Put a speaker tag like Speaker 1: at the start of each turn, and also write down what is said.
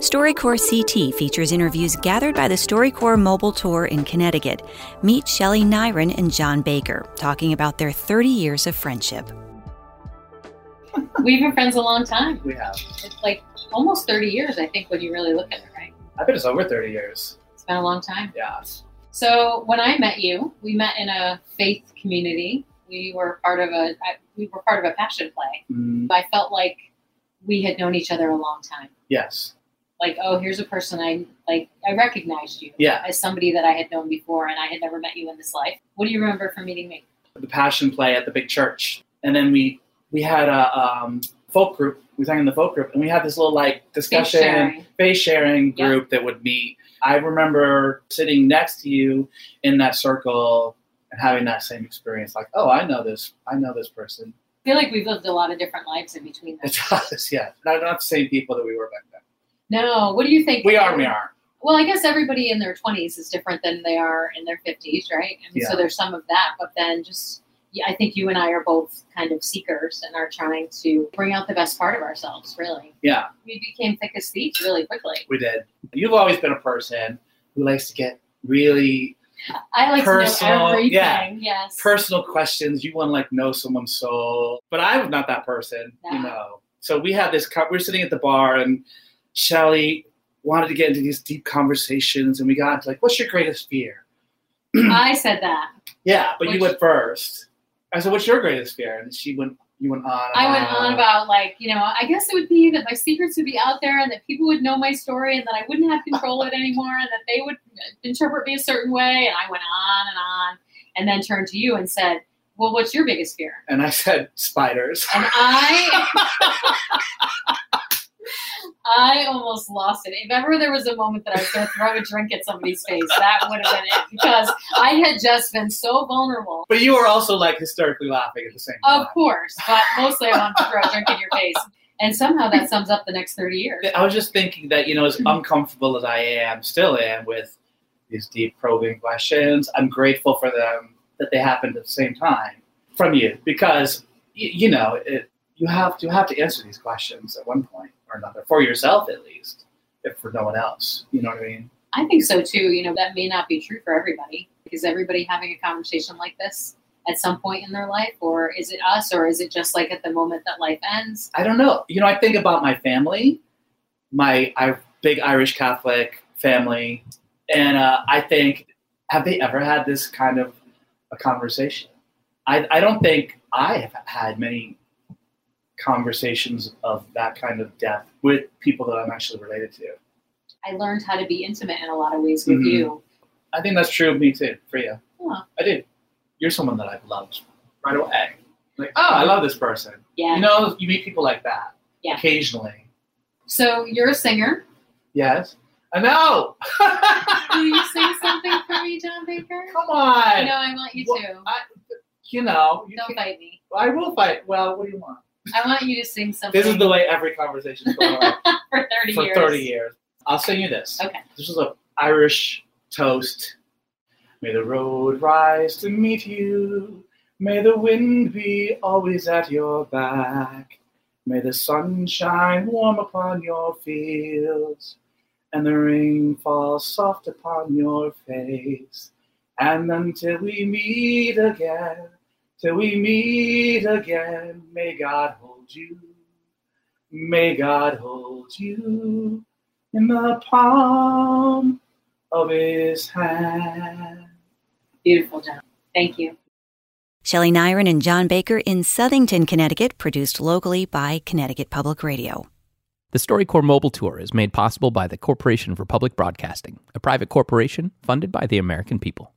Speaker 1: StoryCorps CT features interviews gathered by the StoryCorps Mobile Tour in Connecticut. Meet Shelley Nyron and John Baker talking about their 30 years of friendship.
Speaker 2: We've been friends a long time.
Speaker 3: We have.
Speaker 2: It's like almost 30 years, I think, when you really look at it, right?
Speaker 3: I bet it's over 30 years.
Speaker 2: It's been a long time.
Speaker 3: Yeah.
Speaker 2: So when I met you, we met in a faith community. We were part of a I, we were part of a passion play.
Speaker 3: Mm,
Speaker 2: I felt like we had known each other a long time.
Speaker 3: yes.
Speaker 2: Like, oh, here's a person I like. I recognized you
Speaker 3: Yeah.
Speaker 2: as somebody that I had known before, and I had never met you in this life. What do you remember from meeting me?
Speaker 3: The passion play at the big church. And then we we had a um, folk group. We sang in the folk group and we had this little like discussion
Speaker 2: sharing.
Speaker 3: face sharing
Speaker 2: Yeah.
Speaker 3: group that would meet. I remember sitting next to you in that circle and having that same experience, like, oh I know this I know this person.
Speaker 2: I feel like we've lived a lot of different lives in between. Them.
Speaker 3: It's us, yeah. Not not the same people that we were back then.
Speaker 2: No, what do you think?
Speaker 3: We are we are.
Speaker 2: Well, I guess everybody in their 20s is different than they are in their 50s, right? And so
Speaker 3: Yeah.
Speaker 2: there's some of that, but then just yeah, I think you and I are both kind of seekers and are trying to bring out the best part of ourselves, really.
Speaker 3: Yeah,
Speaker 2: We became thick as thieves really quickly.
Speaker 3: we did. You've always been a person who likes to get really
Speaker 2: I like to know
Speaker 3: Personal,
Speaker 2: everything.
Speaker 3: yeah.
Speaker 2: Yes.
Speaker 3: personal questions. You want to like know someone's soul, but I'm not that person, you
Speaker 2: No.
Speaker 3: know. So we had this. Co- we we're sitting at the bar, and Shelly wanted to get into these deep conversations, and we got into like, "What's your greatest fear?"
Speaker 2: I said that.
Speaker 3: Yeah, but you
Speaker 2: Which-
Speaker 3: went first. I said, "What's your greatest fear?" And she went. You went on. and
Speaker 2: I went on about like, you know, I guess it would be that my secrets would be out there and that people would know my story and that I wouldn't have control of it anymore and that they would interpret me a certain way. And I went on and on and then turned to you and said, well, what's your biggest fear?
Speaker 3: And I said, "Spiders."
Speaker 2: And I, I almost lost it. If ever there was a moment that I was going to throw a drink at somebody's face, that would have been it because I had just been so vulnerable.
Speaker 3: But you were also like hysterically laughing at the same time.
Speaker 2: Of course, but mostly I wanted to throw a drink in your face. And somehow that sums up the next 30 years.
Speaker 3: I was just thinking that, you know, as uncomfortable as I am, still am with these deep probing questions, I'm grateful for them that they happened at the same time from you because, y- you know, it, you have to you have to answer these questions at one point or another for yourself at least, if for no one else. You know what I mean?
Speaker 2: I think so too. You know, that may not be true for everybody. Is everybody having a conversation like this at some point in their life? Or is it us? Or is it just like at the moment that life ends?
Speaker 3: I don't know. You know, I think about my family, my I, big Irish Catholic family, and uh, I think, have they ever had this kind of a conversation? I, I don't think I have had many conversations of that kind of depth with people that I'm actually related to.
Speaker 2: I learned how to be intimate in a lot of ways with
Speaker 3: Mhm.
Speaker 2: you.
Speaker 3: I think that's true of me too, for you.
Speaker 2: Huh.
Speaker 3: I do. You're someone that I've loved right away. Like, oh, I love this person.
Speaker 2: Yeah.
Speaker 3: You know, you meet people like that
Speaker 2: Yeah.
Speaker 3: occasionally.
Speaker 2: So you're a singer.
Speaker 3: Yes. I know.
Speaker 2: Will you sing something for me, John Baker?
Speaker 3: Come on.
Speaker 2: I know I want you
Speaker 3: What-
Speaker 2: to.
Speaker 3: I, you know, you
Speaker 2: Don't
Speaker 3: can-
Speaker 2: fight me.
Speaker 3: I will fight. Well, what do you want?
Speaker 2: I want you to sing something
Speaker 3: This is the way every conversation's going on
Speaker 2: for 30
Speaker 3: for
Speaker 2: years.
Speaker 3: 30 years. I'll sing you this.
Speaker 2: Okay.
Speaker 3: This is a Irish toast. May the road rise to meet you. May the wind be always at your back. May the sun shine warm upon your fields, and the rain fall soft upon your face. And until we meet again, till we meet again, may God hold you. May God hold you in the palm of his hand.
Speaker 2: Beautiful, John. Thank you.
Speaker 1: Shelley Nyron and John Baker in Southington, Connecticut, produced locally by Connecticut Public Radio.
Speaker 4: The StoryCorps Mobile Tour is made possible by the Corporation for Public Broadcasting, a private corporation funded by the American people.